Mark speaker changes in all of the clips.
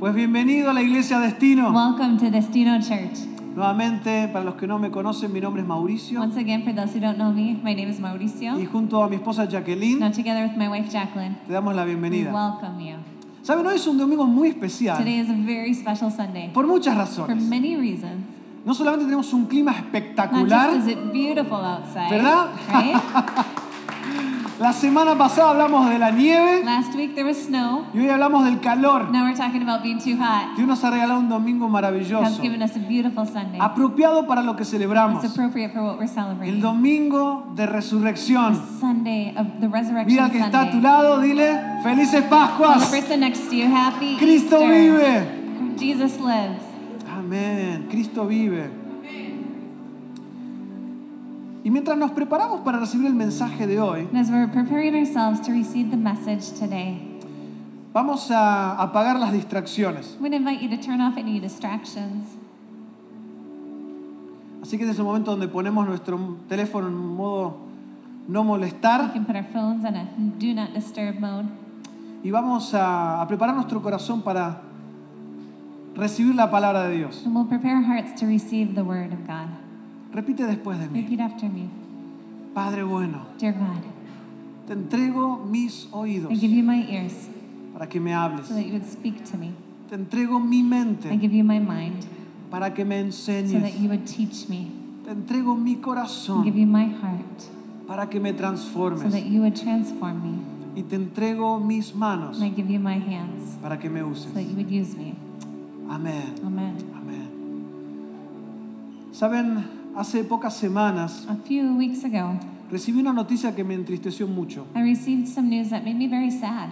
Speaker 1: Pues bienvenido a la iglesia Destino.
Speaker 2: Welcome to Destino Church.
Speaker 1: Nuevamente, para los que no me conocen, mi nombre es Mauricio
Speaker 2: Once again, for those who don't know me, my name is
Speaker 1: y
Speaker 2: Mauricio.
Speaker 1: junto a mi esposa Jacqueline
Speaker 2: Now, together with my wife Jacqueline,
Speaker 1: te damos la
Speaker 2: we
Speaker 1: bienvenida. Ah.
Speaker 2: welcome you.
Speaker 1: Saben, hoy es un domingo muy especial
Speaker 2: Today is a very special Sunday
Speaker 1: por muchas
Speaker 2: for
Speaker 1: razones.
Speaker 2: many reasons.
Speaker 1: No solamente tenemos un clima
Speaker 2: Not just
Speaker 1: espectacular,
Speaker 2: is it beautiful outside,
Speaker 1: ¿Verdad?
Speaker 2: right?
Speaker 1: la semana pasada hablamos de la nieve
Speaker 2: Last week there was snow.
Speaker 1: y hoy hablamos del calor.
Speaker 2: Now we're talking about being too hot.
Speaker 1: Dios nos ha regalado un domingo
Speaker 2: God's
Speaker 1: maravilloso,
Speaker 2: given us a beautiful Sunday.
Speaker 1: apropiado para lo que celebramos.
Speaker 2: It's appropriate for what we're
Speaker 1: Ah, El
Speaker 2: celebrating.
Speaker 1: domingo de resurrección.
Speaker 2: Sunday of the resurrection
Speaker 1: Mira al que está a tu
Speaker 2: Sunday.
Speaker 1: lado, dile, felices
Speaker 2: Tell the
Speaker 1: Pascuas.
Speaker 2: person next to you, happy
Speaker 1: Cristo
Speaker 2: Easter.
Speaker 1: vive.
Speaker 2: Jesus lives.
Speaker 1: Amén, Cristo vive. Y mientras nos preparamos para recibir el mensaje de hoy,
Speaker 2: And as we're preparing ourselves to receive the message today,
Speaker 1: vamos a apagar las distracciones.
Speaker 2: I'm going to invite you to turn off any distractions.
Speaker 1: Así que este es el momento donde ponemos nuestro teléfono en modo no
Speaker 2: We
Speaker 1: molestar
Speaker 2: can put our phones on a do not disturb mode.
Speaker 1: y vamos a, a preparar nuestro corazón para recibir la palabra de Dios.
Speaker 2: And we'll prepare our hearts to receive the word of God.
Speaker 1: Repite después de mí.
Speaker 2: Repeat after me
Speaker 1: Padre bueno,
Speaker 2: Dear God,
Speaker 1: te entrego mis oídos
Speaker 2: I give you my ears
Speaker 1: para que me hables.
Speaker 2: so that you would speak to me.
Speaker 1: Te entrego mi
Speaker 2: I
Speaker 1: mente
Speaker 2: give you my mind
Speaker 1: para que me
Speaker 2: so that
Speaker 1: enseñes.
Speaker 2: you would teach me.
Speaker 1: Te entrego mi
Speaker 2: I
Speaker 1: corazón
Speaker 2: give you my heart
Speaker 1: para que me
Speaker 2: so that
Speaker 1: transformes
Speaker 2: you would transform me.
Speaker 1: y te entrego mis manos
Speaker 2: And I give you my hands
Speaker 1: para que me uses.
Speaker 2: so that you would use me.
Speaker 1: Amén.
Speaker 2: Amen.
Speaker 1: Amén. Saben, hace pocas semanas
Speaker 2: A few weeks ago,
Speaker 1: recibí una noticia que me entristeció mucho.
Speaker 2: I received some news that made me very sad.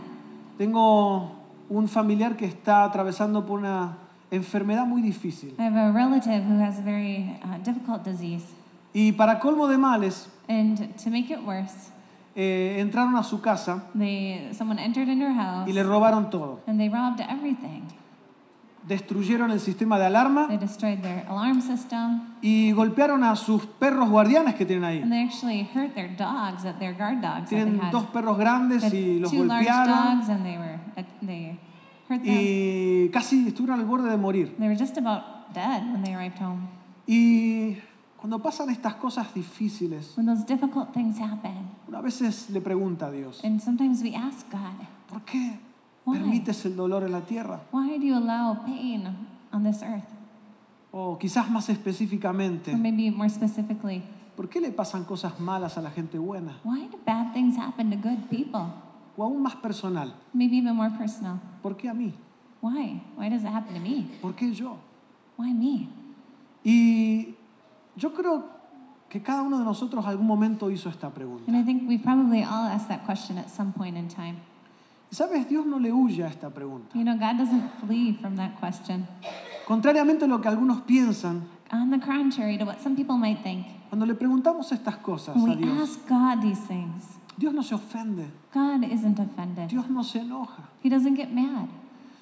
Speaker 1: Tengo un familiar que está atravesando por una enfermedad muy difícil.
Speaker 2: I have a relative who has a very uh, difficult disease.
Speaker 1: Y para colmo de males,
Speaker 2: And to make it worse,
Speaker 1: eh, entraron a su casa
Speaker 2: they, someone entered into her house
Speaker 1: y le robaron todo.
Speaker 2: and they robbed everything.
Speaker 1: Destruyeron el sistema de alarma
Speaker 2: They destroyed their alarm system
Speaker 1: y golpearon a sus perros guardianes que tienen ahí.
Speaker 2: and they actually hurt their dogs, that their guard dogs that they
Speaker 1: Tienen
Speaker 2: had.
Speaker 1: dos perros
Speaker 2: They
Speaker 1: grandes
Speaker 2: had
Speaker 1: y los
Speaker 2: two large
Speaker 1: golpearon
Speaker 2: dogs and they were uh, they hurt them.
Speaker 1: y casi estuvieron al borde de morir.
Speaker 2: They were just about dead when they arrived home.
Speaker 1: Y cuando pasan estas cosas difíciles,
Speaker 2: When those difficult things happen,
Speaker 1: uno a veces le pregunta a Dios,
Speaker 2: and sometimes we ask God,
Speaker 1: ¿por qué
Speaker 2: Why?
Speaker 1: permites el dolor en la tierra?
Speaker 2: why do you allow pain on this earth?
Speaker 1: O quizás más
Speaker 2: Or
Speaker 1: específicamente,
Speaker 2: maybe more specifically,
Speaker 1: ¿por qué le pasan cosas malas a la gente buena?
Speaker 2: Why do bad things happen to good people?
Speaker 1: O aún más personal,
Speaker 2: Maybe even more personal.
Speaker 1: ¿por qué a mí?
Speaker 2: Why? Why does it happen to me?
Speaker 1: ¿Por qué yo?
Speaker 2: Why me?
Speaker 1: Y yo creo que cada uno de nosotros algún momento hizo esta pregunta.
Speaker 2: And I think we've probably all asked that question at some point in time.
Speaker 1: Y sabes, Dios no le huye a esta pregunta.
Speaker 2: You know, God doesn't flee from that question.
Speaker 1: Contrariamente a lo que algunos piensan,
Speaker 2: On the contrary to what some people might think,
Speaker 1: cuando le preguntamos estas cosas a
Speaker 2: when we
Speaker 1: Dios,
Speaker 2: ask God these things,
Speaker 1: Dios no se ofende,
Speaker 2: God isn't offended.
Speaker 1: Dios no se enoja,
Speaker 2: He doesn't get mad,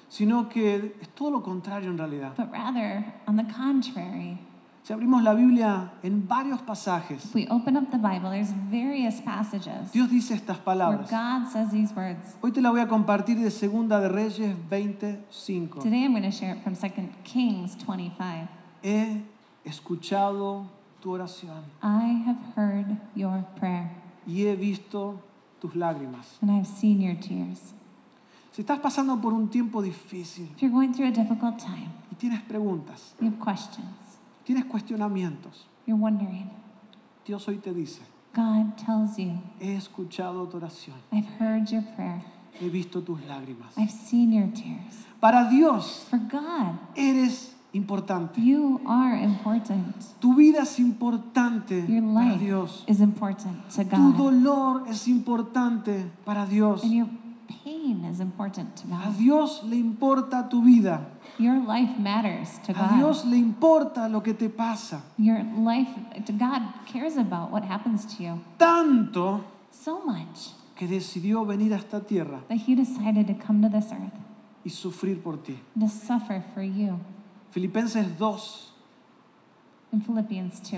Speaker 1: sino que es todo lo contrario en realidad.
Speaker 2: but rather, on the contrary,
Speaker 1: Si abrimos la Biblia en varios pasajes,
Speaker 2: if we open up the Bible, there's various passages
Speaker 1: Dios dice estas
Speaker 2: where
Speaker 1: palabras.
Speaker 2: God says these words.
Speaker 1: Hoy te la voy a compartir de Segunda de Reyes 25.
Speaker 2: Today I'm going to share it from 2 Kings 25.
Speaker 1: He escuchado tu oración
Speaker 2: I have heard your prayer,
Speaker 1: y he visto tus lágrimas.
Speaker 2: and I have seen your tears.
Speaker 1: Si estás pasando por un tiempo difícil
Speaker 2: If you're going through a difficult time,
Speaker 1: y tienes preguntas,
Speaker 2: you have questions,
Speaker 1: tienes cuestionamientos,
Speaker 2: you're wondering,
Speaker 1: Dios hoy te dice,
Speaker 2: God tells you,
Speaker 1: he escuchado tu oración,
Speaker 2: I've heard your prayer,
Speaker 1: he visto tus lágrimas.
Speaker 2: I've seen your tears.
Speaker 1: Para Dios
Speaker 2: For God,
Speaker 1: eres importante.
Speaker 2: you are important.
Speaker 1: Tu vida es importante
Speaker 2: Your
Speaker 1: para
Speaker 2: life
Speaker 1: Dios.
Speaker 2: is important to
Speaker 1: Tu
Speaker 2: God,
Speaker 1: dolor es importante para Dios.
Speaker 2: and your pain is important to
Speaker 1: A
Speaker 2: God.
Speaker 1: Dios le importa tu vida.
Speaker 2: Your life matters to
Speaker 1: A
Speaker 2: God.
Speaker 1: Dios le importa lo que te pasa.
Speaker 2: Your life, God cares about what happens to you
Speaker 1: Tanto
Speaker 2: so much
Speaker 1: que decidió venir a esta tierra
Speaker 2: that He decided to come to this earth.
Speaker 1: y sufrir por ti.
Speaker 2: to suffer for you.
Speaker 1: Filipenses 2
Speaker 2: In Philippians 2,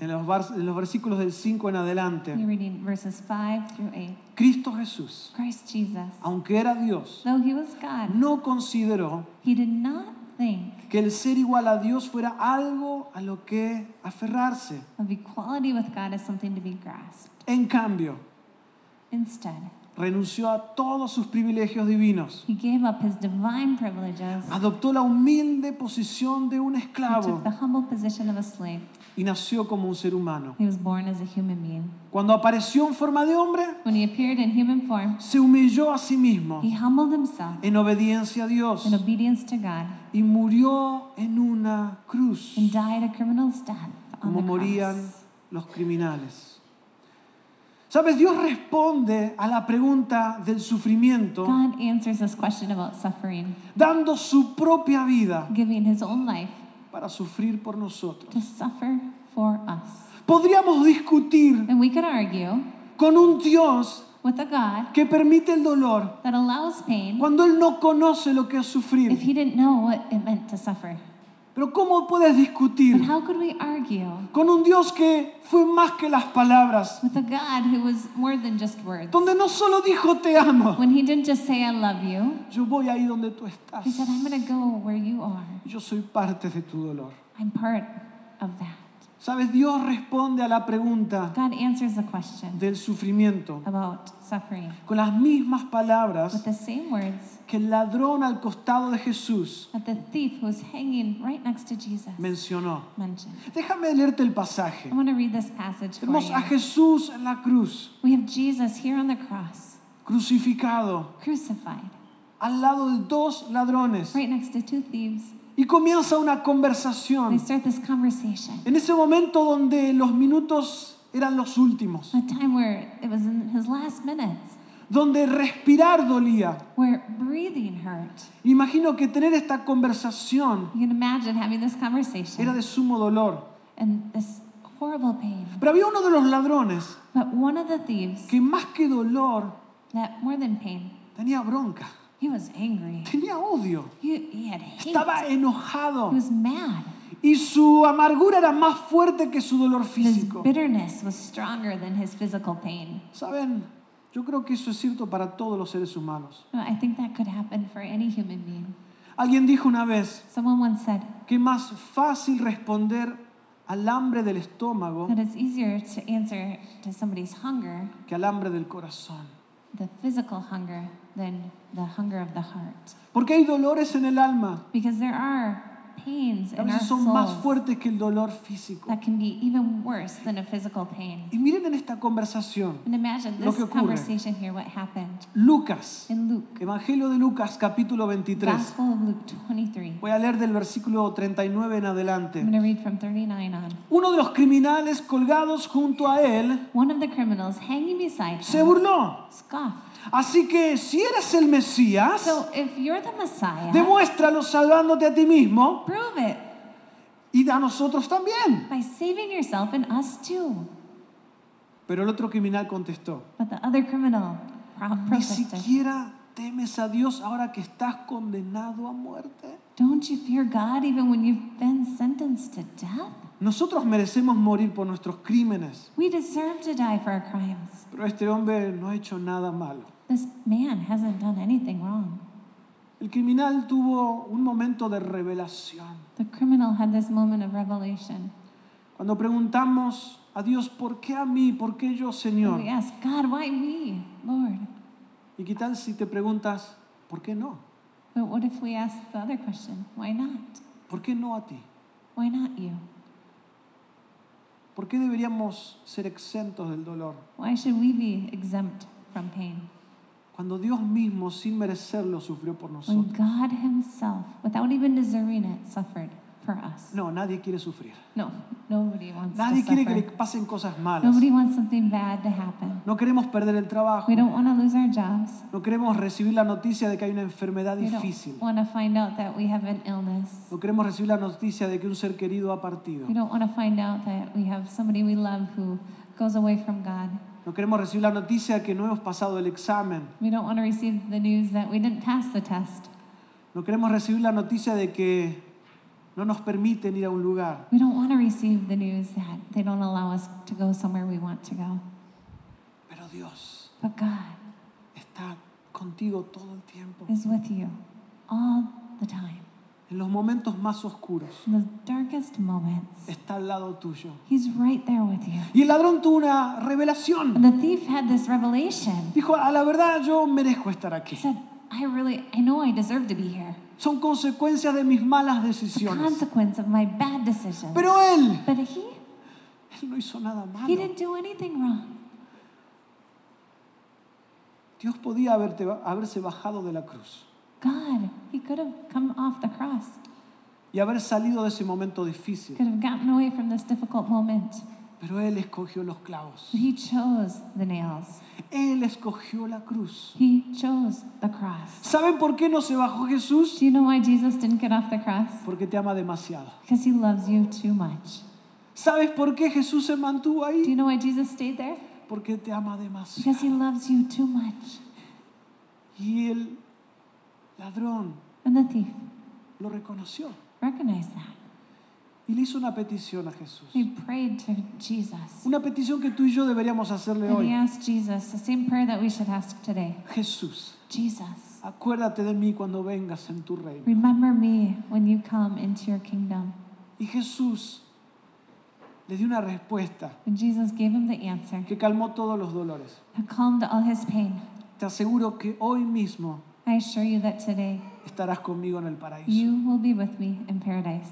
Speaker 1: en los, vars- en los versículos del 5 en
Speaker 2: We're
Speaker 1: adelante,
Speaker 2: reading verses 5 through 8.
Speaker 1: Cristo Jesús,
Speaker 2: Christ Jesus,
Speaker 1: aunque era Dios,
Speaker 2: though he was God,
Speaker 1: no consideró
Speaker 2: he did not think
Speaker 1: que el ser igual a Dios fuera algo a lo que aferrarse.
Speaker 2: of equality with God as something to be grasped.
Speaker 1: En cambio,
Speaker 2: Instead,
Speaker 1: renunció a todos sus privilegios divinos.
Speaker 2: he gave up his divine privileges
Speaker 1: Adoptó la humilde posición de un
Speaker 2: and took
Speaker 1: esclavo
Speaker 2: the humble position of a slave.
Speaker 1: y nació como un ser humano.
Speaker 2: He was born as a human being.
Speaker 1: Cuando apareció en forma de hombre,
Speaker 2: When he appeared in human form,
Speaker 1: se humilló a sí mismo
Speaker 2: he humbled himself
Speaker 1: en obediencia a Dios
Speaker 2: in obedience to God
Speaker 1: y murió en una cruz
Speaker 2: and died a criminal's death on
Speaker 1: como
Speaker 2: the
Speaker 1: morían
Speaker 2: cross.
Speaker 1: los criminales. Sabes, Dios responde a la pregunta del sufrimiento
Speaker 2: God answers this question about suffering,
Speaker 1: dando su propia vida
Speaker 2: giving his own life
Speaker 1: para sufrir por nosotros.
Speaker 2: to suffer for us.
Speaker 1: Podríamos discutir
Speaker 2: And we could argue
Speaker 1: con un Dios
Speaker 2: with a God
Speaker 1: que permite el dolor
Speaker 2: that allows pain
Speaker 1: cuando Él no conoce lo que es
Speaker 2: if
Speaker 1: sufrir.
Speaker 2: he didn't know what it meant to suffer.
Speaker 1: Pero ¿cómo puedes
Speaker 2: But
Speaker 1: discutir
Speaker 2: how could we argue
Speaker 1: con un Dios que fue más que las palabras,
Speaker 2: with a God who was more than just words?
Speaker 1: donde no solo dijo te amo,
Speaker 2: When he didn't just say, I love you,
Speaker 1: yo voy ahí donde tú estás,
Speaker 2: he said, I'm going to go where you are.
Speaker 1: yo soy parte de tu dolor.
Speaker 2: I'm part of that.
Speaker 1: Sabes, Dios responde a la pregunta
Speaker 2: God answers the question
Speaker 1: del sufrimiento
Speaker 2: about suffering
Speaker 1: con las mismas
Speaker 2: with
Speaker 1: palabras
Speaker 2: the same words
Speaker 1: que el ladrón al costado de Jesús
Speaker 2: that the thief who was hanging right next to Jesus
Speaker 1: mencionó.
Speaker 2: mentioned.
Speaker 1: Déjame leerte el pasaje.
Speaker 2: I want to read this passage for
Speaker 1: Tenemos a
Speaker 2: you.
Speaker 1: Jesús en la cruz,
Speaker 2: We have Jesus here on the cross,
Speaker 1: crucificado,
Speaker 2: crucified,
Speaker 1: al lado de dos ladrones.
Speaker 2: right next to two thieves.
Speaker 1: Y comienza una
Speaker 2: They
Speaker 1: conversación.
Speaker 2: start this conversation.
Speaker 1: En ese momento donde los minutos eran los últimos,
Speaker 2: A time where it was in his last minutes,
Speaker 1: donde respirar dolía.
Speaker 2: where breathing hurt.
Speaker 1: Imagino que tener esta conversación
Speaker 2: You can imagine having this
Speaker 1: era
Speaker 2: conversation
Speaker 1: de sumo dolor.
Speaker 2: and this horrible pain.
Speaker 1: Pero había uno de los ladrones
Speaker 2: But one of the thieves,
Speaker 1: que más que dolor
Speaker 2: that more than pain,
Speaker 1: tenía bronca,
Speaker 2: he was angry.
Speaker 1: tenía odio,
Speaker 2: He, he had hate.
Speaker 1: estaba enojado
Speaker 2: He was mad.
Speaker 1: y su amargura era más fuerte que su dolor
Speaker 2: His
Speaker 1: físico.
Speaker 2: bitterness was stronger than his physical pain.
Speaker 1: Saben, yo creo que eso es cierto para todos los seres humanos.
Speaker 2: No, I think that could happen for any human being.
Speaker 1: Alguien dijo una vez
Speaker 2: Someone once said
Speaker 1: que más fácil responder al hambre del estómago
Speaker 2: that it's easier to answer to somebody's hunger,
Speaker 1: que al hambre del corazón.
Speaker 2: the physical hunger, than the hunger of the heart.
Speaker 1: Porque hay dolores en el alma
Speaker 2: Because there are pains
Speaker 1: que a
Speaker 2: in our
Speaker 1: veces son más
Speaker 2: souls
Speaker 1: fuertes que el dolor físico.
Speaker 2: that can be even worse than a physical pain.
Speaker 1: Y miren en esta conversación,
Speaker 2: And imagine
Speaker 1: Lo
Speaker 2: this
Speaker 1: que ocurre.
Speaker 2: conversation here, what happened
Speaker 1: Lucas,
Speaker 2: in Luke,
Speaker 1: Evangelio de Lucas capítulo 23.
Speaker 2: Gospel of Luke 23.
Speaker 1: Voy a leer del versículo 39 en
Speaker 2: I'm going
Speaker 1: adelante.
Speaker 2: to read from 39 on.
Speaker 1: Uno de los criminales colgados junto a él
Speaker 2: One of the criminals hanging beside
Speaker 1: se
Speaker 2: him
Speaker 1: burló.
Speaker 2: scoffed.
Speaker 1: Así que si eres el Mesías,
Speaker 2: So if you're the Messiah,
Speaker 1: demuéstralo salvándote a ti mismo
Speaker 2: prove it
Speaker 1: y a nosotros también.
Speaker 2: by saving yourself and us too.
Speaker 1: Pero el otro criminal contestó,
Speaker 2: But the other criminal pro-
Speaker 1: ni
Speaker 2: protested,
Speaker 1: siquiera temes a Dios ahora que estás condenado a muerte.
Speaker 2: Don't you fear God even when you've been sentenced to death?
Speaker 1: Nosotros merecemos morir por nuestros crímenes,
Speaker 2: We deserve to die for our crimes.
Speaker 1: pero este hombre no ha hecho nada malo.
Speaker 2: This man hasn't done anything wrong.
Speaker 1: El criminal tuvo un momento de revelación.
Speaker 2: The criminal had this moment of revelation.
Speaker 1: Cuando preguntamos a Dios, ¿por qué a mí? ¿Por qué yo,
Speaker 2: And
Speaker 1: Señor?
Speaker 2: we ask, God, why me, Lord?
Speaker 1: ¿Y qué tal si te preguntas, ¿por qué no?
Speaker 2: But what if we ask the other question? Why not?
Speaker 1: ¿Por qué no a ti?
Speaker 2: Why not you?
Speaker 1: ¿Por qué deberíamos ser exentos del dolor?
Speaker 2: Why should we be exempt from pain?
Speaker 1: Cuando Dios mismo, sin merecerlo, sufrió por
Speaker 2: When
Speaker 1: nosotros.
Speaker 2: God Himself, without even deserving it, suffered for us.
Speaker 1: No, nadie quiere sufrir.
Speaker 2: No, nobody wants
Speaker 1: Nadie
Speaker 2: to
Speaker 1: quiere que le
Speaker 2: suffer.
Speaker 1: pasen cosas malas.
Speaker 2: Nobody wants something bad to happen.
Speaker 1: No queremos perder el trabajo.
Speaker 2: We don't want to lose our jobs.
Speaker 1: No queremos recibir la noticia de que hay una enfermedad
Speaker 2: We
Speaker 1: difícil.
Speaker 2: don't want to find out that we have an illness.
Speaker 1: No queremos recibir la noticia de que un ser querido ha partido.
Speaker 2: We don't want to find out that we have somebody we love who goes away from God.
Speaker 1: No queremos recibir la noticia de que no hemos pasado el examen.
Speaker 2: We don't want to receive the news that we didn't pass the test.
Speaker 1: No queremos recibir la noticia de que no nos permiten ir a un lugar.
Speaker 2: We don't want to receive the news that they don't allow us to go somewhere we want to go.
Speaker 1: Pero Dios
Speaker 2: But God
Speaker 1: está contigo todo el tiempo.
Speaker 2: is with you all the time.
Speaker 1: En los momentos más oscuros
Speaker 2: In the darkest moments,
Speaker 1: está al lado tuyo.
Speaker 2: He's right there with you.
Speaker 1: Y el ladrón tuvo una
Speaker 2: And
Speaker 1: revelación.
Speaker 2: the thief had this revelation.
Speaker 1: Dijo, a la verdad yo merezco estar aquí.
Speaker 2: He said, I really, I know I deserve to be here.
Speaker 1: Son consecuencias de mis malas
Speaker 2: It's a
Speaker 1: decisiones.
Speaker 2: consequence of my bad decisions.
Speaker 1: Pero él,
Speaker 2: But he,
Speaker 1: él no hizo nada
Speaker 2: he
Speaker 1: malo.
Speaker 2: didn't do anything wrong.
Speaker 1: Dios podía haberte, haberse bajado de la cruz
Speaker 2: God, he could have come off the cross,
Speaker 1: y haber salido de ese momento difícil.
Speaker 2: could have gotten away from this difficult moment.
Speaker 1: Pero él escogió los clavos.
Speaker 2: But he chose the nails.
Speaker 1: Él escogió la cruz.
Speaker 2: He chose the cross.
Speaker 1: ¿Saben por qué no se bajó Jesús?
Speaker 2: Do you know why Jesus didn't get off the cross?
Speaker 1: Porque te ama demasiado.
Speaker 2: Because he loves you too much.
Speaker 1: ¿Sabes por qué Jesús se mantuvo
Speaker 2: Do
Speaker 1: ahí?
Speaker 2: you know why Jesus stayed there?
Speaker 1: Porque te ama demasiado.
Speaker 2: Because he loves you too much.
Speaker 1: Y el ladrón
Speaker 2: And the thief
Speaker 1: lo reconoció
Speaker 2: recognized that.
Speaker 1: y le hizo una petición a Jesús.
Speaker 2: He prayed to Jesus.
Speaker 1: Una petición que tú y yo deberíamos hacerle
Speaker 2: And he
Speaker 1: hoy.
Speaker 2: asked Jesus the same prayer that we should ask today
Speaker 1: Jesús,
Speaker 2: Jesus,
Speaker 1: acuérdate de mí cuando vengas en tu reino.
Speaker 2: remember me when you come into your kingdom.
Speaker 1: Y Jesús le dio una respuesta
Speaker 2: And Jesus gave him the answer
Speaker 1: que calmó todos los dolores.
Speaker 2: that calmed all his pain.
Speaker 1: Te aseguro que hoy mismo
Speaker 2: I assure you that today
Speaker 1: estarás conmigo en el paraíso.
Speaker 2: you will be with me in paradise.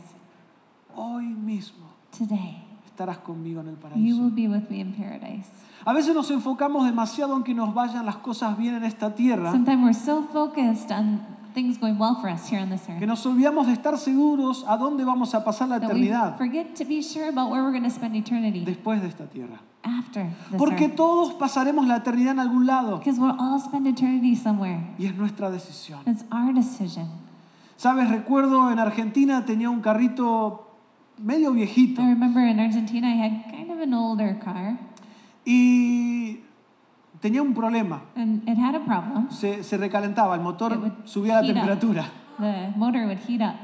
Speaker 1: Hoy mismo
Speaker 2: Today
Speaker 1: estarás conmigo en el
Speaker 2: you
Speaker 1: paraíso.
Speaker 2: will be with me in paradise.
Speaker 1: A veces nos enfocamos demasiado en que nos vayan las cosas bien en esta tierra
Speaker 2: Sometimes we're so focused on things going well for us here on this
Speaker 1: que
Speaker 2: earth
Speaker 1: nos olvidamos de estar seguros a dónde vamos a pasar la
Speaker 2: that we
Speaker 1: eternidad
Speaker 2: forget to be sure about where we're going to spend eternity
Speaker 1: después de esta tierra.
Speaker 2: after this
Speaker 1: Porque
Speaker 2: earth.
Speaker 1: todos pasaremos la eternidad en algún lado
Speaker 2: Because we'll all spend eternity somewhere.
Speaker 1: y es nuestra decisión.
Speaker 2: It's our decision.
Speaker 1: Sabes, recuerdo en Argentina tenía un carrito medio viejito
Speaker 2: I remember in Argentina, I had kind of an older car,
Speaker 1: y tenía un problema.
Speaker 2: and it had a problem.
Speaker 1: Se, se recalentaba, el motor
Speaker 2: It would
Speaker 1: subía la
Speaker 2: heat up.
Speaker 1: temperatura.
Speaker 2: The motor would heat up.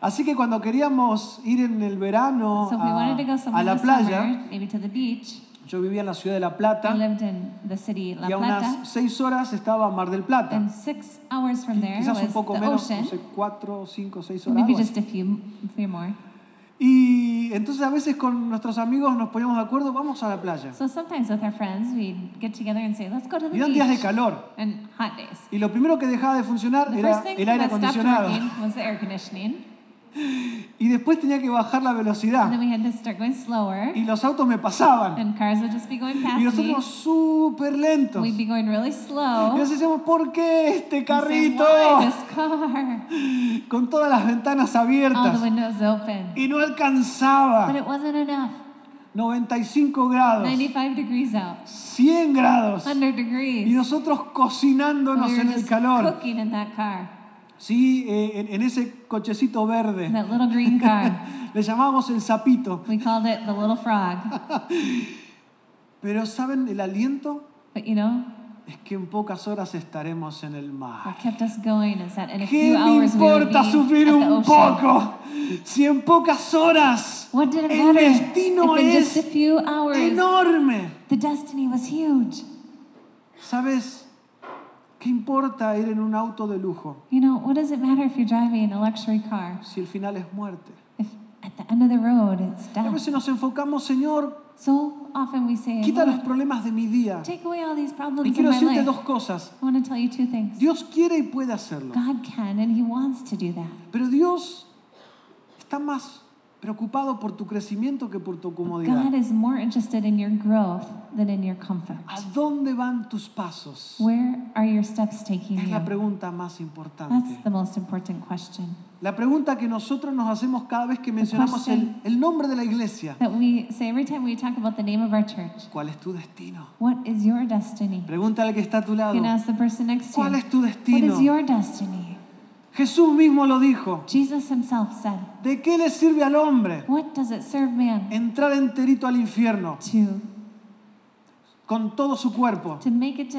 Speaker 1: Así que cuando queríamos ir en el verano
Speaker 2: So if we wanted to go
Speaker 1: a,
Speaker 2: somewhere
Speaker 1: a la
Speaker 2: this
Speaker 1: playa,
Speaker 2: summer, maybe to the beach,
Speaker 1: yo vivía en la ciudad de La
Speaker 2: I
Speaker 1: Plata
Speaker 2: lived in the city La
Speaker 1: y a
Speaker 2: Plata,
Speaker 1: unas seis horas estaba Mar del Plata.
Speaker 2: and six hours from there
Speaker 1: Quizás
Speaker 2: was
Speaker 1: un poco
Speaker 2: the
Speaker 1: menos, no
Speaker 2: Pues, ocean,
Speaker 1: sé, cuatro, cinco, seis horas.
Speaker 2: maybe
Speaker 1: algo así.
Speaker 2: just a few, few more.
Speaker 1: Y entonces a veces con nuestros amigos nos poníamos de acuerdo, vamos a la playa.
Speaker 2: So sometimes with our friends, we'd get together and say, let's go to the
Speaker 1: Y eran días de
Speaker 2: beach.
Speaker 1: calor.
Speaker 2: And hot days.
Speaker 1: Y lo primero que dejaba de funcionar
Speaker 2: The
Speaker 1: era
Speaker 2: first thing
Speaker 1: el aire
Speaker 2: that stopped
Speaker 1: acondicionado.
Speaker 2: working was the air conditioning.
Speaker 1: Y después tenía que bajar la
Speaker 2: And then
Speaker 1: velocidad.
Speaker 2: we had to start going slower,
Speaker 1: Ah. Y los autos me pasaban.
Speaker 2: and cars would just be going
Speaker 1: Y
Speaker 2: past me.
Speaker 1: nosotros súper lentos.
Speaker 2: We'd
Speaker 1: Y
Speaker 2: be going really slow.
Speaker 1: nos decíamos, ¿por qué este
Speaker 2: and saying,
Speaker 1: carrito?
Speaker 2: "Why this car?
Speaker 1: Con todas las ventanas
Speaker 2: All the
Speaker 1: abiertas.
Speaker 2: windows open.
Speaker 1: Y no
Speaker 2: But
Speaker 1: alcanzaba.
Speaker 2: it wasn't enough.
Speaker 1: 95 grados.
Speaker 2: 95 degrees out,
Speaker 1: 100 grados.
Speaker 2: 100
Speaker 1: Y
Speaker 2: degrees.
Speaker 1: nosotros
Speaker 2: We
Speaker 1: cocinándonos
Speaker 2: were
Speaker 1: en el
Speaker 2: just
Speaker 1: calor.
Speaker 2: cooking in that car,
Speaker 1: Sí, eh, en, en ese cochecito
Speaker 2: in
Speaker 1: verde.
Speaker 2: that little green car.
Speaker 1: Le llamábamos el sapito.
Speaker 2: We called it the little frog.
Speaker 1: Pero ¿saben el aliento?
Speaker 2: But you know,
Speaker 1: Es que en pocas horas estaremos en el mar.
Speaker 2: what kept us going is that in a
Speaker 1: ¿Qué
Speaker 2: few
Speaker 1: me
Speaker 2: hours we would be
Speaker 1: importa
Speaker 2: at
Speaker 1: sufrir
Speaker 2: the
Speaker 1: un
Speaker 2: ocean.
Speaker 1: poco? Si en pocas horas
Speaker 2: What did it
Speaker 1: el
Speaker 2: matter?
Speaker 1: destino
Speaker 2: If in just a
Speaker 1: es
Speaker 2: few hours,
Speaker 1: enorme.
Speaker 2: the destiny was huge.
Speaker 1: ¿Sabes qué importa ir en un auto de lujo
Speaker 2: You know, what does it matter if you're driving a luxury car?
Speaker 1: si el final es muerte?
Speaker 2: If at the end of the road it's
Speaker 1: A
Speaker 2: death.
Speaker 1: veces nos enfocamos, Señor,
Speaker 2: So often we say,
Speaker 1: quita los
Speaker 2: "Lord,
Speaker 1: problemas de mi día.
Speaker 2: Take away all these
Speaker 1: Y
Speaker 2: problems in
Speaker 1: quiero
Speaker 2: my
Speaker 1: decirte
Speaker 2: life.
Speaker 1: dos cosas.
Speaker 2: I want to tell you two things.
Speaker 1: Dios quiere y puede hacerlo.
Speaker 2: God can and He wants to do that.
Speaker 1: Pero Dios está más preocupado por tu crecimiento que por tu comodidad.
Speaker 2: God is more interested in your growth than in your comfort.
Speaker 1: ¿A dónde van tus pasos?
Speaker 2: Where are your steps taking
Speaker 1: Es la
Speaker 2: you?
Speaker 1: pregunta más
Speaker 2: That's
Speaker 1: importante.
Speaker 2: the most important question
Speaker 1: La pregunta que nosotros nos hacemos cada vez que mencionamos el, el nombre de la iglesia.
Speaker 2: that we say every time we talk about the name of our church.
Speaker 1: ¿Cuál es tu destino?
Speaker 2: What is your destiny?
Speaker 1: Pregunta al que está a tu
Speaker 2: You
Speaker 1: lado.
Speaker 2: can ask the person next to
Speaker 1: ¿Cuál
Speaker 2: you.
Speaker 1: es tu
Speaker 2: What
Speaker 1: destino?
Speaker 2: is your destiny?
Speaker 1: Jesús mismo lo dijo.
Speaker 2: Jesus Himself said,
Speaker 1: ¿De qué le sirve al hombre
Speaker 2: What does it serve man
Speaker 1: entrar enterito al infierno
Speaker 2: to
Speaker 1: con todo su cuerpo?
Speaker 2: to make it to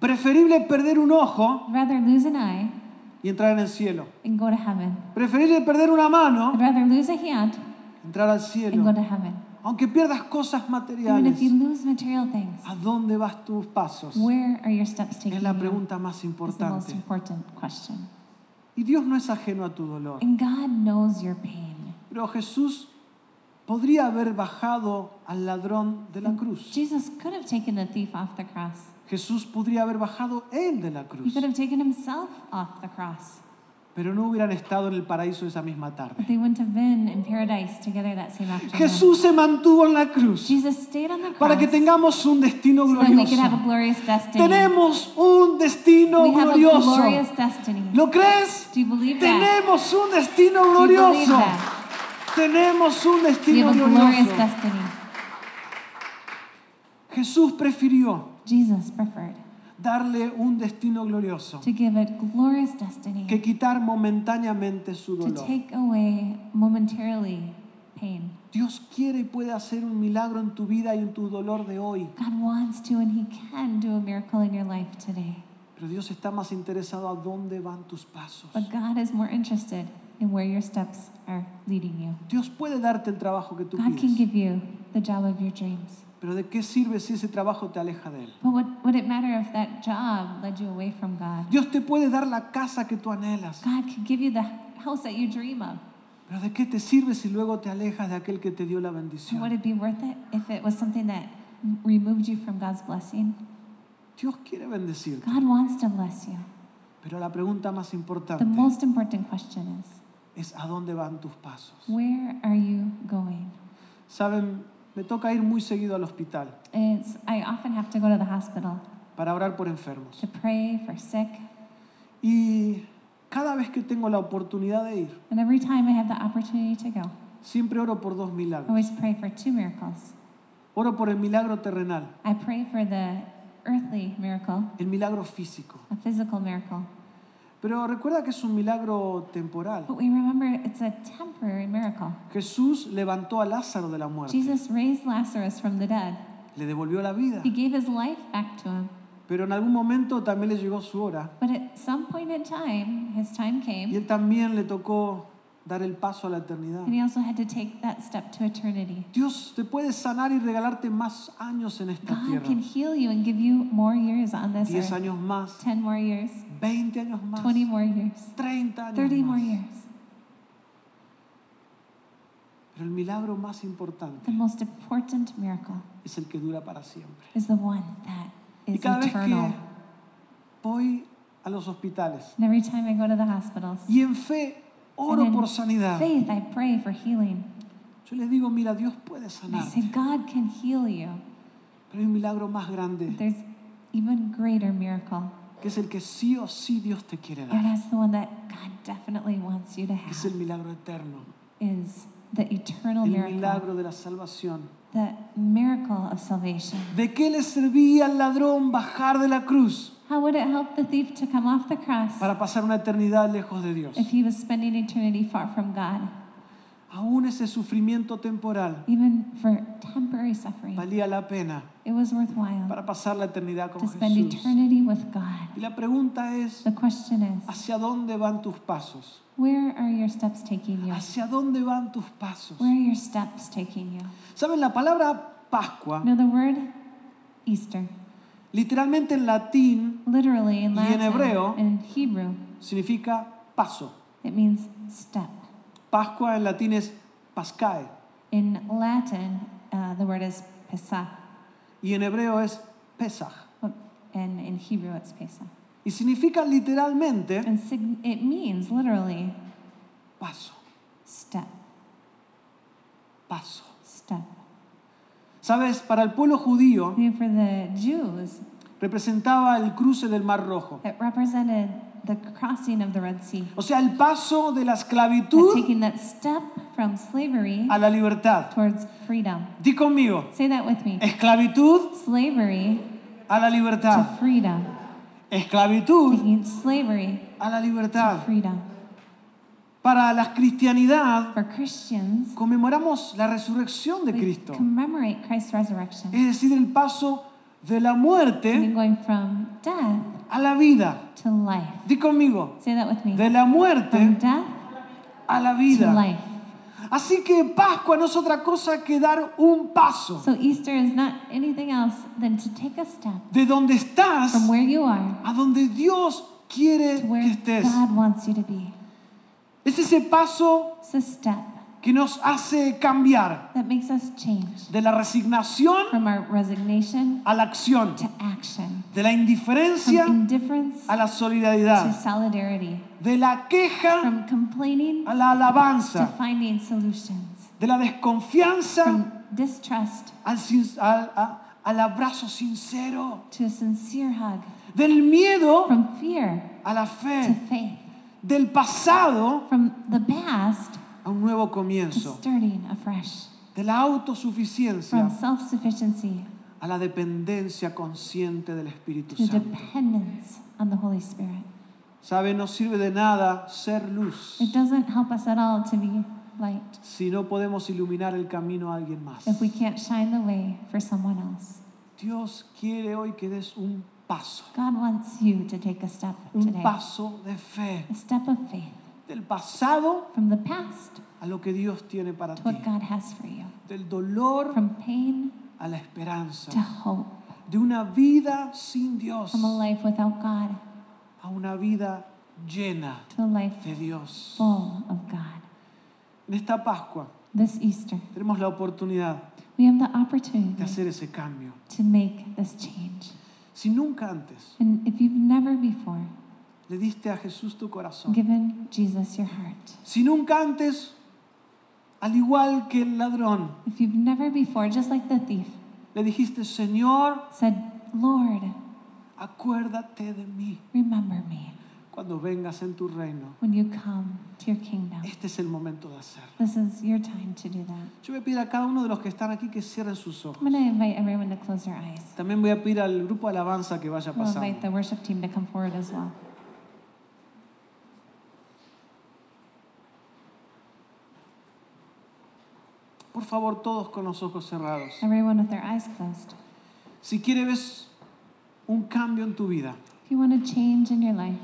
Speaker 1: Preferible perder un ojo
Speaker 2: rather lose an eye
Speaker 1: y entrar en el cielo.
Speaker 2: and go to heaven.
Speaker 1: Preferirle perder una mano,
Speaker 2: I'd rather lose a hand
Speaker 1: entrar al
Speaker 2: and go
Speaker 1: cielo.
Speaker 2: to heaven.
Speaker 1: Aunque pierdas cosas
Speaker 2: Even if
Speaker 1: materiales,
Speaker 2: you lose material things,
Speaker 1: ¿a dónde vas tus pasos?
Speaker 2: where are your steps taking
Speaker 1: Es la
Speaker 2: you?
Speaker 1: pregunta más
Speaker 2: That's the most
Speaker 1: importante.
Speaker 2: important question.
Speaker 1: Y Dios no es ajeno a tu dolor.
Speaker 2: And God knows your pain.
Speaker 1: Pero Jesús podría haber bajado al ladrón de la cruz.
Speaker 2: Jesus could have taken the thief off the cross.
Speaker 1: Jesús podría haber bajado él de la
Speaker 2: He
Speaker 1: cruz.
Speaker 2: could have taken himself off the cross.
Speaker 1: Pero no hubieran estado en el paraíso esa misma tarde.
Speaker 2: But they wouldn't have been in paradise together that same afternoon.
Speaker 1: Jesús se mantuvo en la cruz
Speaker 2: Jesus stayed on the cross
Speaker 1: para que tengamos un destino
Speaker 2: so that we could
Speaker 1: glorioso.
Speaker 2: have a glorious destiny.
Speaker 1: Tenemos un destino
Speaker 2: we have a
Speaker 1: glorioso.
Speaker 2: glorious destiny.
Speaker 1: ¿Lo crees?
Speaker 2: Do you believe that?
Speaker 1: Tenemos un destino
Speaker 2: Do you believe
Speaker 1: glorioso.
Speaker 2: that?
Speaker 1: Tenemos un
Speaker 2: We
Speaker 1: destino
Speaker 2: have a glorious
Speaker 1: glorioso.
Speaker 2: destiny.
Speaker 1: Jesús prefirió
Speaker 2: Jesus preferred
Speaker 1: darle un destino glorioso
Speaker 2: to give it glorious destiny,
Speaker 1: que quitar momentáneamente su
Speaker 2: to
Speaker 1: dolor.
Speaker 2: take away momentarily pain.
Speaker 1: Dios quiere y puede hacer un milagro en tu vida y en tu dolor de hoy,
Speaker 2: God wants to and He can do a miracle in your life today.
Speaker 1: pero Dios está más interesado a dónde van tus pasos.
Speaker 2: But God is more interested in where your steps are leading you.
Speaker 1: Dios puede darte el trabajo que tú
Speaker 2: God can
Speaker 1: pides,
Speaker 2: give you the job of your dreams.
Speaker 1: pero ¿de qué sirve si ese trabajo te aleja de Él?
Speaker 2: But what, would it matter if that job led you away from God?
Speaker 1: Dios te puede dar la casa que tú anhelas,
Speaker 2: God could give you the house that you dream of.
Speaker 1: pero ¿de qué te sirve si luego te alejas de aquel que te dio la
Speaker 2: And would
Speaker 1: bendición?
Speaker 2: it be worth it if it was something that removed you from God's blessing?
Speaker 1: Dios quiere bendecirte,
Speaker 2: God wants to bless you.
Speaker 1: pero la pregunta más
Speaker 2: The
Speaker 1: importante
Speaker 2: most important question is
Speaker 1: es a dónde van tus pasos.
Speaker 2: where are you going?
Speaker 1: Saben, me toca ir muy seguido al hospital
Speaker 2: It's, I often have to go to the hospital
Speaker 1: para orar por enfermos.
Speaker 2: to pray for sick.
Speaker 1: Y cada vez que tengo la oportunidad de ir,
Speaker 2: And every time I have the opportunity to go,
Speaker 1: siempre oro por dos
Speaker 2: I
Speaker 1: milagros.
Speaker 2: always pray for two miracles.
Speaker 1: Oro por el milagro terrenal,
Speaker 2: I pray for the earthly miracle,
Speaker 1: el milagro físico.
Speaker 2: a physical miracle.
Speaker 1: Pero recuerda que es un milagro temporal.
Speaker 2: But we remember it's a temporary miracle.
Speaker 1: Jesús levantó a Lázaro de la muerte,
Speaker 2: Jesus raised Lazarus from the dead.
Speaker 1: le devolvió la vida,
Speaker 2: He gave his life back to him.
Speaker 1: pero en algún momento también le llegó su hora
Speaker 2: But at some point in time, his time
Speaker 1: y
Speaker 2: came,
Speaker 1: él también le tocó dar el paso a la eternidad.
Speaker 2: and he also had to take that step to eternity.
Speaker 1: Dios te puede sanar y regalarte más años en esta
Speaker 2: God
Speaker 1: tierra.
Speaker 2: can heal you and give you more years on this
Speaker 1: 10
Speaker 2: earth.
Speaker 1: años más,
Speaker 2: 10 more years,
Speaker 1: 20 años más,
Speaker 2: 20 more years,
Speaker 1: 30 años
Speaker 2: 30 more
Speaker 1: más.
Speaker 2: years.
Speaker 1: Pero el milagro más
Speaker 2: The
Speaker 1: importante
Speaker 2: most important miracle
Speaker 1: es el que dura para siempre.
Speaker 2: is the one that
Speaker 1: Y
Speaker 2: is
Speaker 1: cada vez
Speaker 2: eternal.
Speaker 1: que voy a los hospitales
Speaker 2: And every time I go to the hospitals,
Speaker 1: y en fe oro
Speaker 2: And in
Speaker 1: por sanidad,
Speaker 2: faith, I pray for healing.
Speaker 1: yo les digo, mira, Dios puede
Speaker 2: And I say,
Speaker 1: sanarte,
Speaker 2: God can heal you.
Speaker 1: pero hay un milagro más
Speaker 2: But
Speaker 1: grande,
Speaker 2: there's even greater miracle.
Speaker 1: que es el que sí o sí Dios te quiere
Speaker 2: And
Speaker 1: dar,
Speaker 2: that's the one that God definitely wants you to
Speaker 1: que es
Speaker 2: have
Speaker 1: el milagro eterno,
Speaker 2: is the eternal
Speaker 1: el
Speaker 2: miracle,
Speaker 1: milagro de la salvación.
Speaker 2: the miracle of salvation.
Speaker 1: ¿De qué le servía al ladrón bajar de la cruz
Speaker 2: How would it help the thief to come off the cross
Speaker 1: para pasar una eternidad lejos de Dios?
Speaker 2: if he was spending eternity far from God?
Speaker 1: Aún ese sufrimiento temporal
Speaker 2: Even for temporary suffering,
Speaker 1: valía la pena
Speaker 2: it was worthwhile
Speaker 1: para pasar la eternidad con
Speaker 2: to spend
Speaker 1: Jesús.
Speaker 2: eternity with God.
Speaker 1: Y la pregunta es,
Speaker 2: The question is,
Speaker 1: ¿hacia dónde van tus pasos?
Speaker 2: where are your steps taking you?
Speaker 1: ¿Hacia dónde van tus pasos?
Speaker 2: Where are your steps taking you?
Speaker 1: ¿Saben? La palabra Pascua,
Speaker 2: Now, the word Easter,
Speaker 1: literalmente en latín,
Speaker 2: literally in
Speaker 1: Y en
Speaker 2: Latin
Speaker 1: hebreo-
Speaker 2: and in Hebrew,
Speaker 1: significa paso.
Speaker 2: it means step.
Speaker 1: Pascua en latín es pascae
Speaker 2: In Latin, uh, the word is Pesach,
Speaker 1: y en hebreo es pesaj.
Speaker 2: and in Hebrew, it's Pesach.
Speaker 1: Y significa literalmente
Speaker 2: And sig- it means literally
Speaker 1: paso,
Speaker 2: step,
Speaker 1: paso.
Speaker 2: step.
Speaker 1: ¿Sabes? Para el pueblo judío
Speaker 2: You know, for the Jews,
Speaker 1: representaba el cruce del Mar Rojo.
Speaker 2: it represented the crossing of the Red Sea,
Speaker 1: O sea, el paso de la
Speaker 2: that
Speaker 1: esclavitud
Speaker 2: taking that step from slavery
Speaker 1: a la libertad.
Speaker 2: towards freedom.
Speaker 1: Di conmigo,
Speaker 2: Say that with me.
Speaker 1: esclavitud
Speaker 2: Slavery
Speaker 1: a la libertad.
Speaker 2: to freedom.
Speaker 1: Esclavitud
Speaker 2: Taking slavery
Speaker 1: a la
Speaker 2: to
Speaker 1: libertad.
Speaker 2: freedom.
Speaker 1: Para la cristianidad
Speaker 2: For Christians,
Speaker 1: conmemoramos la resurrección de
Speaker 2: we
Speaker 1: Cristo,
Speaker 2: commemorate Christ's resurrection.
Speaker 1: es decir, el paso de la
Speaker 2: And
Speaker 1: muerte
Speaker 2: then going from death
Speaker 1: a la vida.
Speaker 2: to to life.
Speaker 1: Di conmigo,
Speaker 2: Say that with me.
Speaker 1: de la
Speaker 2: From
Speaker 1: muerte
Speaker 2: death
Speaker 1: a la
Speaker 2: to
Speaker 1: vida.
Speaker 2: life.
Speaker 1: Así que Pascua no es otra cosa que dar un paso
Speaker 2: So Easter is not anything else than to take a step
Speaker 1: de donde estás
Speaker 2: from where you are
Speaker 1: a donde Dios quiere
Speaker 2: to
Speaker 1: que
Speaker 2: where
Speaker 1: estés.
Speaker 2: God wants you to be.
Speaker 1: Es ese paso
Speaker 2: It's a step
Speaker 1: que nos hace cambiar
Speaker 2: that makes us change
Speaker 1: de la resignación
Speaker 2: from our resignation
Speaker 1: a la acción,
Speaker 2: to action,
Speaker 1: de la
Speaker 2: from
Speaker 1: indiferencia
Speaker 2: indifference
Speaker 1: a la
Speaker 2: to
Speaker 1: solidaridad,
Speaker 2: solidarity,
Speaker 1: de la queja
Speaker 2: from complaining
Speaker 1: a la
Speaker 2: to
Speaker 1: alabanza,
Speaker 2: finding solutions,
Speaker 1: de la desconfianza
Speaker 2: from distrust
Speaker 1: al, sin- al- a- al abrazo sincero,
Speaker 2: to a sincere hug,
Speaker 1: del miedo
Speaker 2: from fear
Speaker 1: a la
Speaker 2: to
Speaker 1: fe,
Speaker 2: faith,
Speaker 1: del pasado
Speaker 2: from the past
Speaker 1: a un nuevo
Speaker 2: to
Speaker 1: comienzo,
Speaker 2: starting afresh,
Speaker 1: de la autosuficiencia
Speaker 2: from self sufficiency
Speaker 1: a la dependencia consciente del Espíritu
Speaker 2: to
Speaker 1: Santo.
Speaker 2: dependence on the Holy Spirit.
Speaker 1: Sabe, no sirve de nada ser luz
Speaker 2: It doesn't help us at all to be light
Speaker 1: si no podemos iluminar el camino a alguien más.
Speaker 2: if we can't shine the way for someone else.
Speaker 1: Dios quiere hoy que des un paso,
Speaker 2: God wants you to take a step
Speaker 1: un
Speaker 2: today,
Speaker 1: paso de fe,
Speaker 2: a step of faith
Speaker 1: del pasado
Speaker 2: from the past
Speaker 1: a lo que Dios tiene para
Speaker 2: to
Speaker 1: ti,
Speaker 2: what God has for you,
Speaker 1: del dolor
Speaker 2: from pain
Speaker 1: a la esperanza,
Speaker 2: to hope,
Speaker 1: de una vida sin Dios
Speaker 2: from a life without God
Speaker 1: a una vida llena
Speaker 2: to a life
Speaker 1: de Dios.
Speaker 2: full of God.
Speaker 1: En esta Pascua
Speaker 2: This Easter,
Speaker 1: tenemos la oportunidad
Speaker 2: we have the
Speaker 1: de
Speaker 2: opportunity
Speaker 1: hacer ese cambio.
Speaker 2: to make this change.
Speaker 1: Si nunca antes
Speaker 2: And if you've never before
Speaker 1: le diste a Jesús tu corazón,
Speaker 2: given Jesus your heart,
Speaker 1: Si nunca antes, al igual que el ladrón,
Speaker 2: if you've never before, just like the thief,
Speaker 1: le dijiste, Señor,
Speaker 2: said, Lord,
Speaker 1: acuérdate de mí
Speaker 2: remember me
Speaker 1: cuando vengas en tu reino.
Speaker 2: when you come to your kingdom.
Speaker 1: Este es el momento de hacerlo.
Speaker 2: This is your time to do that.
Speaker 1: Yo voy a pedir a cada uno de los que están aquí que cierren sus
Speaker 2: I'm
Speaker 1: ojos.
Speaker 2: going to invite everyone to close their eyes.
Speaker 1: También voy a pedir al grupo de alabanza que vaya
Speaker 2: We'll invite
Speaker 1: pasando.
Speaker 2: the worship team to come forward as well.
Speaker 1: Por favor, todos con los ojos cerrados.
Speaker 2: Everyone with their eyes closed.
Speaker 1: Si quieres ves un cambio en tu vida,
Speaker 2: If you want to change in your life,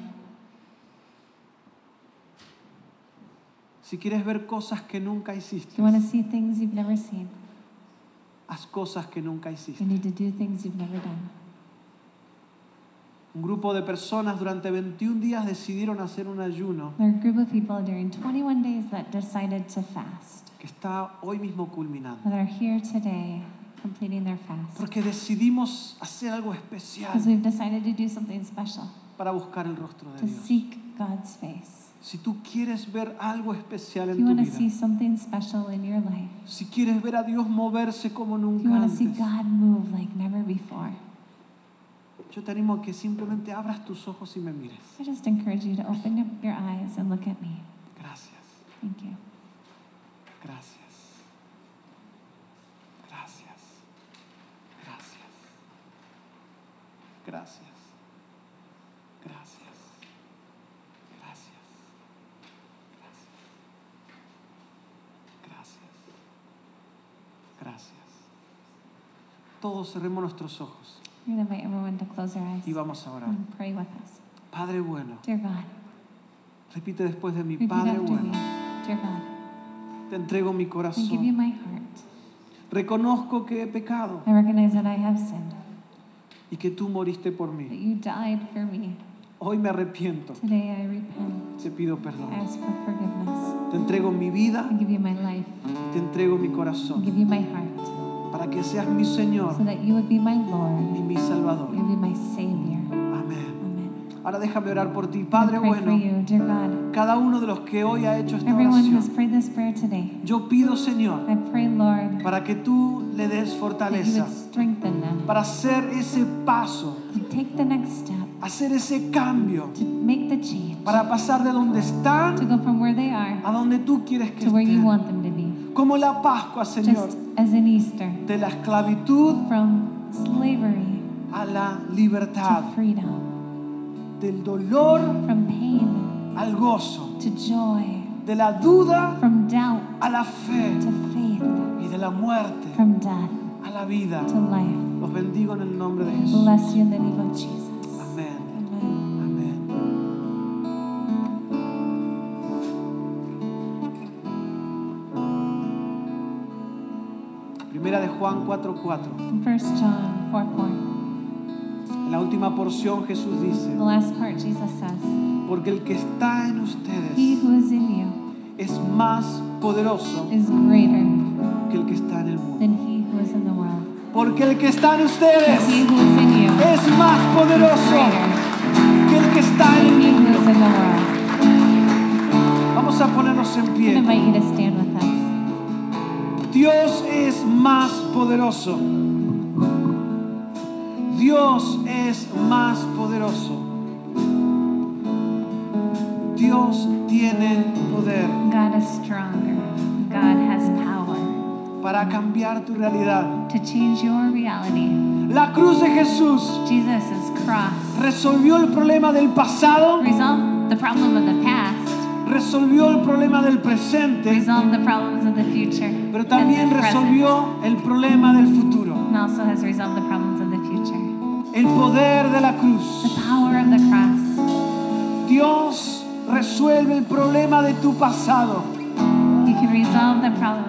Speaker 1: si quieres ver cosas que nunca
Speaker 2: if
Speaker 1: hiciste,
Speaker 2: you want to see things you've never seen,
Speaker 1: haz cosas que nunca
Speaker 2: you
Speaker 1: hiciste.
Speaker 2: need to do things you've never done.
Speaker 1: Un grupo de personas durante 21 días decidieron hacer un ayuno
Speaker 2: There are a group of people during 21 days that decided to fast,
Speaker 1: que está hoy mismo culminando.
Speaker 2: that are here today completing their fast
Speaker 1: Porque decidimos hacer algo
Speaker 2: because
Speaker 1: especial
Speaker 2: we've decided to do something special,
Speaker 1: para buscar el rostro de
Speaker 2: to
Speaker 1: Dios.
Speaker 2: seek God's face.
Speaker 1: Si tú quieres ver algo especial
Speaker 2: If
Speaker 1: en
Speaker 2: you
Speaker 1: tu
Speaker 2: want to see
Speaker 1: vida,
Speaker 2: something special in your life,
Speaker 1: si quieres ver a Dios moverse como
Speaker 2: if you
Speaker 1: nunca
Speaker 2: want to see
Speaker 1: antes,
Speaker 2: God move like never before,
Speaker 1: yo te animo a que simplemente abras tus ojos y me mires.
Speaker 2: I just encourage you to open up your eyes and look at me.
Speaker 1: Gracias,
Speaker 2: Thank you.
Speaker 1: gracias, gracias, gracias, gracias, gracias, gracias, gracias. Gracias. Gracias. Todos cerremos nuestros ojos
Speaker 2: We're going to invite everyone to close their eyes
Speaker 1: y vamos a orar.
Speaker 2: and pray with us.
Speaker 1: Padre bueno,
Speaker 2: Dear God,
Speaker 1: repite después de mí,
Speaker 2: repeat
Speaker 1: Padre
Speaker 2: after
Speaker 1: bueno,
Speaker 2: me. Dear God,
Speaker 1: te entrego mi
Speaker 2: I give you
Speaker 1: corazón.
Speaker 2: my heart.
Speaker 1: Reconozco que he pecado
Speaker 2: I recognize that I have sinned,
Speaker 1: y que tú moriste por
Speaker 2: that
Speaker 1: mí.
Speaker 2: you died for me.
Speaker 1: Hoy me arrepiento,
Speaker 2: Today I repent.
Speaker 1: te pido
Speaker 2: I
Speaker 1: perdón.
Speaker 2: ask for forgiveness.
Speaker 1: Te entrego mi vida,
Speaker 2: I give you my life.
Speaker 1: te entrego mi
Speaker 2: I
Speaker 1: corazón,
Speaker 2: give you my heart
Speaker 1: para que seas mi Señor
Speaker 2: so that you would be my
Speaker 1: y
Speaker 2: Lord.
Speaker 1: mi
Speaker 2: You would
Speaker 1: Salvador.
Speaker 2: be my Savior.
Speaker 1: Amén.
Speaker 2: Amen.
Speaker 1: Ahora déjame orar por ti,
Speaker 2: I
Speaker 1: Padre
Speaker 2: pray for
Speaker 1: bueno.
Speaker 2: you, dear God.
Speaker 1: Cada uno de los que hoy ha hecho esta
Speaker 2: Everyone who's
Speaker 1: oración,
Speaker 2: prayed this prayer today,
Speaker 1: yo pido, Señor,
Speaker 2: I pray, Lord,
Speaker 1: para que tú le des
Speaker 2: that you
Speaker 1: fortaleza
Speaker 2: would strengthen them
Speaker 1: para hacer ese paso,
Speaker 2: to take the next step,
Speaker 1: hacer ese cambio,
Speaker 2: to make the change,
Speaker 1: para pasar de donde
Speaker 2: to
Speaker 1: están
Speaker 2: go from where they are
Speaker 1: a donde tú quieres que
Speaker 2: to where you
Speaker 1: estén.
Speaker 2: want them to be.
Speaker 1: Como la Pascua, Señor,
Speaker 2: Just as in Easter,
Speaker 1: de la esclavitud
Speaker 2: from slavery
Speaker 1: a la
Speaker 2: to
Speaker 1: libertad,
Speaker 2: freedom,
Speaker 1: del dolor
Speaker 2: from pain
Speaker 1: al gozo,
Speaker 2: to joy,
Speaker 1: de la duda
Speaker 2: from doubt
Speaker 1: a la fe
Speaker 2: to faith,
Speaker 1: y de la muerte
Speaker 2: from death
Speaker 1: a la vida.
Speaker 2: to life.
Speaker 1: Los bendigo en el nombre de Jesús.
Speaker 2: Bless you in the name of Jesus.
Speaker 1: Amén.
Speaker 2: Amen.
Speaker 1: Amén. Primera de Juan 4:4.
Speaker 2: In 1 John 4 4,
Speaker 1: En la última porción Jesús dice,
Speaker 2: the last part, Jesus says,
Speaker 1: porque el que está en
Speaker 2: He
Speaker 1: ustedes
Speaker 2: who is in you
Speaker 1: es más poderoso
Speaker 2: is greater
Speaker 1: que el que está en el mundo.
Speaker 2: than he who is in the world.
Speaker 1: Porque el que está en
Speaker 2: But
Speaker 1: ustedes
Speaker 2: he who is in you is
Speaker 1: es más poderoso
Speaker 2: greater
Speaker 1: que el que está en el
Speaker 2: than he who
Speaker 1: mundo.
Speaker 2: is in the world.
Speaker 1: Vamos a ponernos en
Speaker 2: I
Speaker 1: pie.
Speaker 2: invite you to stand with us.
Speaker 1: Dios es más poderoso. Dios es más poderoso. Dios tiene poder
Speaker 2: God is stronger. God has power
Speaker 1: para cambiar tu realidad.
Speaker 2: to change your reality.
Speaker 1: La cruz de Jesús
Speaker 2: Jesus' cross
Speaker 1: resolvió el problema del pasado,
Speaker 2: resolved the problem of the past,
Speaker 1: resolvió el problema del presente,
Speaker 2: resolved the problems of the future,
Speaker 1: pero también
Speaker 2: and the present,
Speaker 1: resolvió el problema del futuro.
Speaker 2: and also has resolved the problems of the future.
Speaker 1: El poder de la
Speaker 2: The
Speaker 1: cruz.
Speaker 2: power of the cross.
Speaker 1: Dios resuelve el problema de tu pasado.
Speaker 2: He can resolve the problems.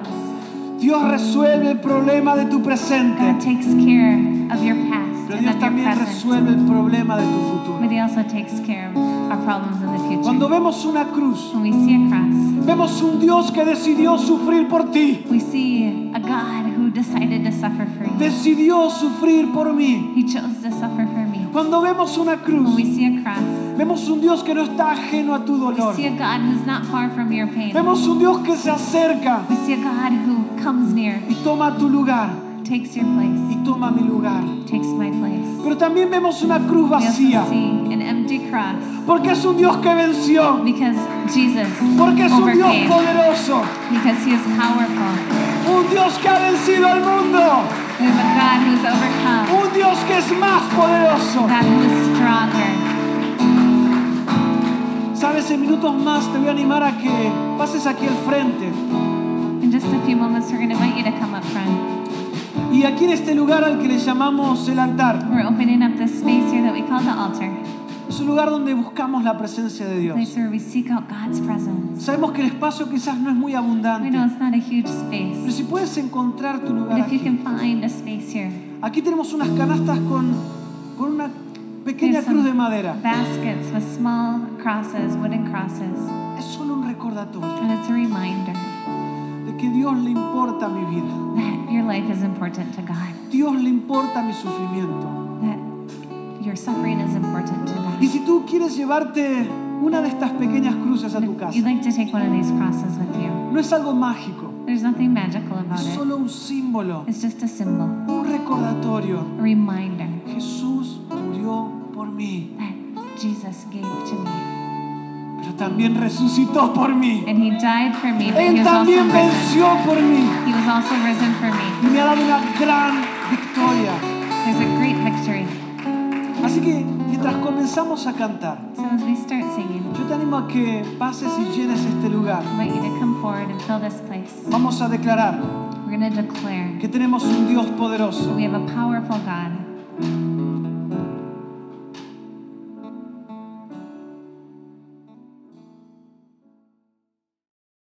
Speaker 1: Dios resuelve el problema de tu
Speaker 2: God
Speaker 1: presente,
Speaker 2: takes care of your past
Speaker 1: pero
Speaker 2: and
Speaker 1: Dios
Speaker 2: of your
Speaker 1: también
Speaker 2: present.
Speaker 1: resuelve el problema de tu
Speaker 2: But
Speaker 1: futuro.
Speaker 2: He also takes care of our problems in the future.
Speaker 1: Cuando vemos una cruz,
Speaker 2: When we see a cross,
Speaker 1: vemos un Dios que decidió sufrir por ti,
Speaker 2: we see a God who decided to suffer for you.
Speaker 1: decidió sufrir por mí.
Speaker 2: He chose to suffer for me.
Speaker 1: Cuando vemos una
Speaker 2: When we
Speaker 1: cruz,
Speaker 2: see a cross,
Speaker 1: vemos un Dios que no está ajeno a tu
Speaker 2: we
Speaker 1: dolor.
Speaker 2: see a God who's not far from your pain.
Speaker 1: Vemos un Dios que se acerca
Speaker 2: We see a God who comes near,
Speaker 1: y toma tu lugar
Speaker 2: takes your place,
Speaker 1: y toma mi lugar.
Speaker 2: takes my place.
Speaker 1: Pero también vemos una cruz
Speaker 2: We also
Speaker 1: vacía,
Speaker 2: see an empty cross
Speaker 1: porque es un Dios que venció,
Speaker 2: because Jesus
Speaker 1: porque es un Dios
Speaker 2: overcame,
Speaker 1: poderoso,
Speaker 2: because He is powerful.
Speaker 1: un Dios que ha vencido al mundo.
Speaker 2: We have a God who's overcome,
Speaker 1: Un Dios que es más
Speaker 2: a
Speaker 1: poderoso.
Speaker 2: God who is stronger.
Speaker 1: Sabes, en minutos más te voy a animar a que pases aquí al frente.
Speaker 2: In just a few moments, we're going to invite you to come up front.
Speaker 1: Y aquí en este lugar al que le llamamos el altar.
Speaker 2: We're opening up this space here that we call the altar,
Speaker 1: Es un lugar donde buscamos la presencia de
Speaker 2: a
Speaker 1: Dios.
Speaker 2: place where we seek out God's presence.
Speaker 1: Sabemos que el espacio quizás no es muy
Speaker 2: We know
Speaker 1: abundante.
Speaker 2: it's not a huge
Speaker 1: Pero
Speaker 2: space,
Speaker 1: si puedes encontrar tu
Speaker 2: but
Speaker 1: lugar
Speaker 2: if
Speaker 1: aquí.
Speaker 2: you can find a space here,
Speaker 1: Aquí tenemos unas canastas con, con una
Speaker 2: we
Speaker 1: pequeña
Speaker 2: have
Speaker 1: cruz de
Speaker 2: some
Speaker 1: madera.
Speaker 2: baskets with small crosses, wooden crosses,
Speaker 1: Es solo un recordatorio
Speaker 2: and it's a reminder
Speaker 1: de que Dios le importa mi vida.
Speaker 2: that your life is important to God,
Speaker 1: Dios le importa mi sufrimiento.
Speaker 2: that your suffering is important to God.
Speaker 1: Y si tú quieres llevarte una de estas pequeñas cruces a tu
Speaker 2: If
Speaker 1: casa.
Speaker 2: you'd like to take one of these crosses with you,
Speaker 1: No es algo mágico,
Speaker 2: there's nothing magical
Speaker 1: es
Speaker 2: about it.
Speaker 1: solo un símbolo,
Speaker 2: It's just a symbol,
Speaker 1: un recordatorio.
Speaker 2: a reminder
Speaker 1: Jesús murió por mí,
Speaker 2: that Jesus gave to me,
Speaker 1: pero también resucitó por mí.
Speaker 2: and He died for me, but He
Speaker 1: Él
Speaker 2: was also
Speaker 1: también
Speaker 2: risen.
Speaker 1: venció por mí
Speaker 2: He was also risen for me.
Speaker 1: y me ha dado una gran victoria.
Speaker 2: There's a great victory.
Speaker 1: Así que mientras comenzamos a cantar,
Speaker 2: So as we start singing,
Speaker 1: yo te animo a que pases y llenes este lugar.
Speaker 2: I invite you to come forward and fill this place.
Speaker 1: Vamos a declarar
Speaker 2: We're going to declare
Speaker 1: que tenemos un Dios
Speaker 2: that
Speaker 1: poderoso,
Speaker 2: we have a powerful God,